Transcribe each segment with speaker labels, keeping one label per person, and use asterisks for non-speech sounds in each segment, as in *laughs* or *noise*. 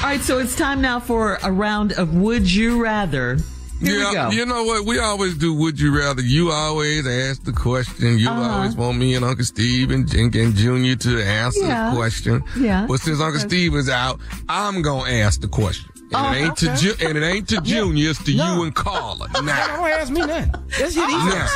Speaker 1: All right, so it's time now for a round of Would You Rather. Here yeah,
Speaker 2: you know what? We always do Would You Rather. You always ask the question. You uh-huh. always want me and Uncle Steve and Jenkins Jr. to answer yeah. the question.
Speaker 1: Yeah.
Speaker 2: But since Uncle Steve is out, I'm going to ask the question. And, oh, it ain't okay. to ju- and it ain't to Junior, it's to no. you and *laughs* Carla. Now.
Speaker 3: Nah. Don't ask me nothing. Let's hit these now.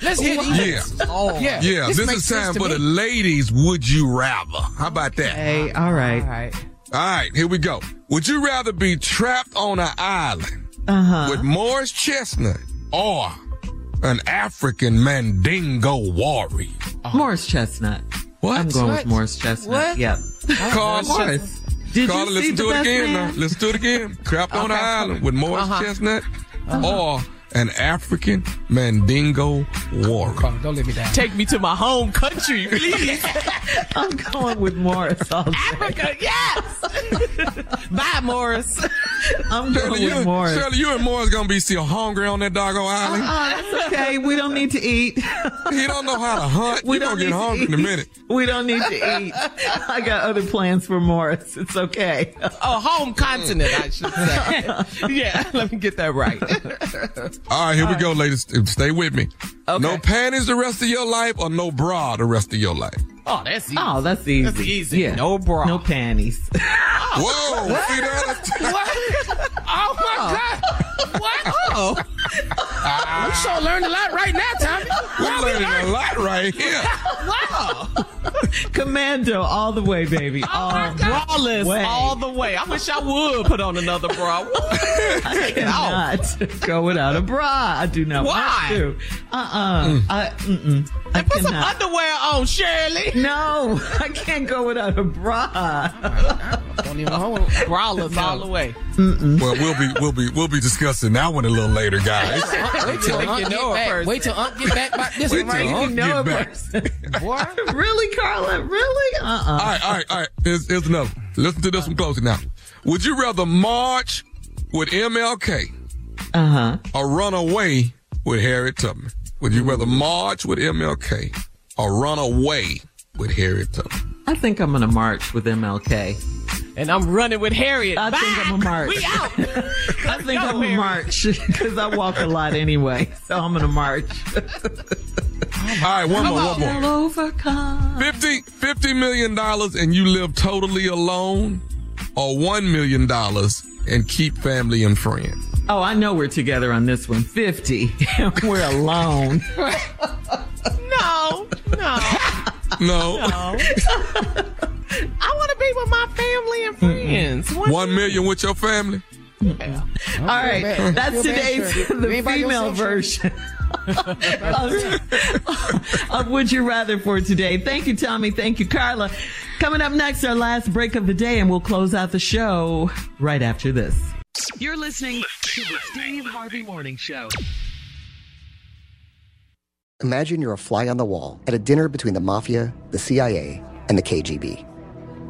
Speaker 3: Let's hit these
Speaker 2: yeah. Oh, yeah. yeah. This, this is time for me. the ladies, would you rather? How about that?
Speaker 1: Hey, all right.
Speaker 2: All right. All right, here we go. Would you rather be trapped on an island
Speaker 1: uh-huh.
Speaker 2: with Morris Chestnut or an African Mandingo warrior?
Speaker 1: Oh. Morris Chestnut.
Speaker 2: What?
Speaker 1: I'm going what? with Morris Chestnut. What? Yep.
Speaker 2: Carl Morris.
Speaker 1: Did
Speaker 2: Carl,
Speaker 1: you
Speaker 2: let's
Speaker 1: see
Speaker 2: do
Speaker 1: it
Speaker 2: again.
Speaker 1: Man?
Speaker 2: Let's do it
Speaker 1: *laughs*
Speaker 2: again. Trapped okay. on an island with Morris uh-huh. Chestnut uh-huh. or an African Mandingo warrior.
Speaker 3: Carl, don't let me down.
Speaker 4: Take me to my home country, please.
Speaker 1: I'm going with Morris. All
Speaker 4: Africa,
Speaker 1: *laughs*
Speaker 4: yes. Bye, Morris.
Speaker 1: I'm going Shirley, with
Speaker 2: you,
Speaker 1: Morris.
Speaker 2: Shirley, you and Morris gonna be still hungry on that doggo island.
Speaker 1: Uh-uh, that's okay. We don't need to eat.
Speaker 2: he don't know how
Speaker 1: *laughs*
Speaker 2: to hunt. We you don't gonna get hungry in a minute.
Speaker 1: We don't need to eat. I got other plans for Morris. It's okay.
Speaker 4: A home continent, I should *laughs* say. yeah, *laughs* let me get
Speaker 1: *laughs*
Speaker 4: that right.
Speaker 2: All right, here All we right. go, ladies. Stay with me. Okay. No panties the rest of your life or no bra the rest of your life?
Speaker 4: Oh, that's easy.
Speaker 1: Oh, that's easy.
Speaker 4: That's easy. Yeah. No bra.
Speaker 1: No panties.
Speaker 2: Oh, Whoa. What? See
Speaker 4: that? what? Oh, my oh. God. What? Ah. Oh.
Speaker 3: Uh, we sure learned a lot right now, Tommy.
Speaker 2: *laughs* We wow, learned a lot right here.
Speaker 4: wow.
Speaker 1: Commando all the way,
Speaker 4: *laughs*
Speaker 1: baby. Oh, all
Speaker 4: Brawless way. Um, all the way. I wish I would put on another *laughs* bra.
Speaker 1: I *laughs* cannot go without a bra. I do not
Speaker 4: Why?
Speaker 1: want to. Uh-uh. Mm. I, mm-mm. I
Speaker 4: Oh. put
Speaker 1: cannot.
Speaker 4: some underwear on, Shirley.
Speaker 1: No, *laughs* I can't go without a bra.
Speaker 4: I *laughs* don't even hold braless all the way.
Speaker 2: Mm-mm. Well, we'll be we'll be we'll be discussing that one a little later, *laughs* guys.
Speaker 4: Uh-uh.
Speaker 3: wait till Unc get back. First. Wait till Unc get back. By this
Speaker 2: wait
Speaker 3: right.
Speaker 2: till
Speaker 1: get
Speaker 2: Unc
Speaker 1: *laughs*
Speaker 2: back.
Speaker 1: Boy, really, Carla? Really? Uh. Uh-uh. uh
Speaker 2: All right, all right, all right. Here's, here's another. Listen to this one closely now. Would you rather march with MLK?
Speaker 1: Uh huh.
Speaker 2: Or run away with Harriet Tubman? Would you rather march with MLK or run away with Harriet Tubman.
Speaker 1: I think I'm gonna march with MLK.
Speaker 4: And I'm running with Harriet.
Speaker 1: I
Speaker 4: Back.
Speaker 1: think I'm gonna march.
Speaker 4: We out. *laughs*
Speaker 1: I think I'm gonna march *laughs* because I walk a lot anyway, so I'm gonna
Speaker 4: *laughs*
Speaker 1: march.
Speaker 2: All right, one
Speaker 1: Come
Speaker 2: more,
Speaker 4: Oh,
Speaker 1: on.
Speaker 2: one more.
Speaker 1: Overcome.
Speaker 2: 50, 50 million dollars and you live totally alone, or one million dollars and keep family and friends.
Speaker 1: Oh, I know we're together on this one. *laughs*
Speaker 4: Oh,
Speaker 1: Fifty, we're alone.
Speaker 4: no, no.
Speaker 2: No.
Speaker 3: I want to be with my family and friends. What-
Speaker 2: One million with your family.
Speaker 1: All right,
Speaker 3: bad. Feel bad,
Speaker 1: that's today's
Speaker 3: sir.
Speaker 1: the
Speaker 3: Anybody on
Speaker 1: female
Speaker 3: social?
Speaker 1: version
Speaker 3: *laughs*
Speaker 1: of, of Would You Rather for today. Thank you, Tommy. Thank you, Carla. Coming up next, our last break of the day, and we'll close out the show right after this. You're listening to the Steve Harvey Morning Show.
Speaker 5: Imagine you're a fly on the wall at a dinner between the mafia, the CIA, and the KGB.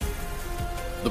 Speaker 6: The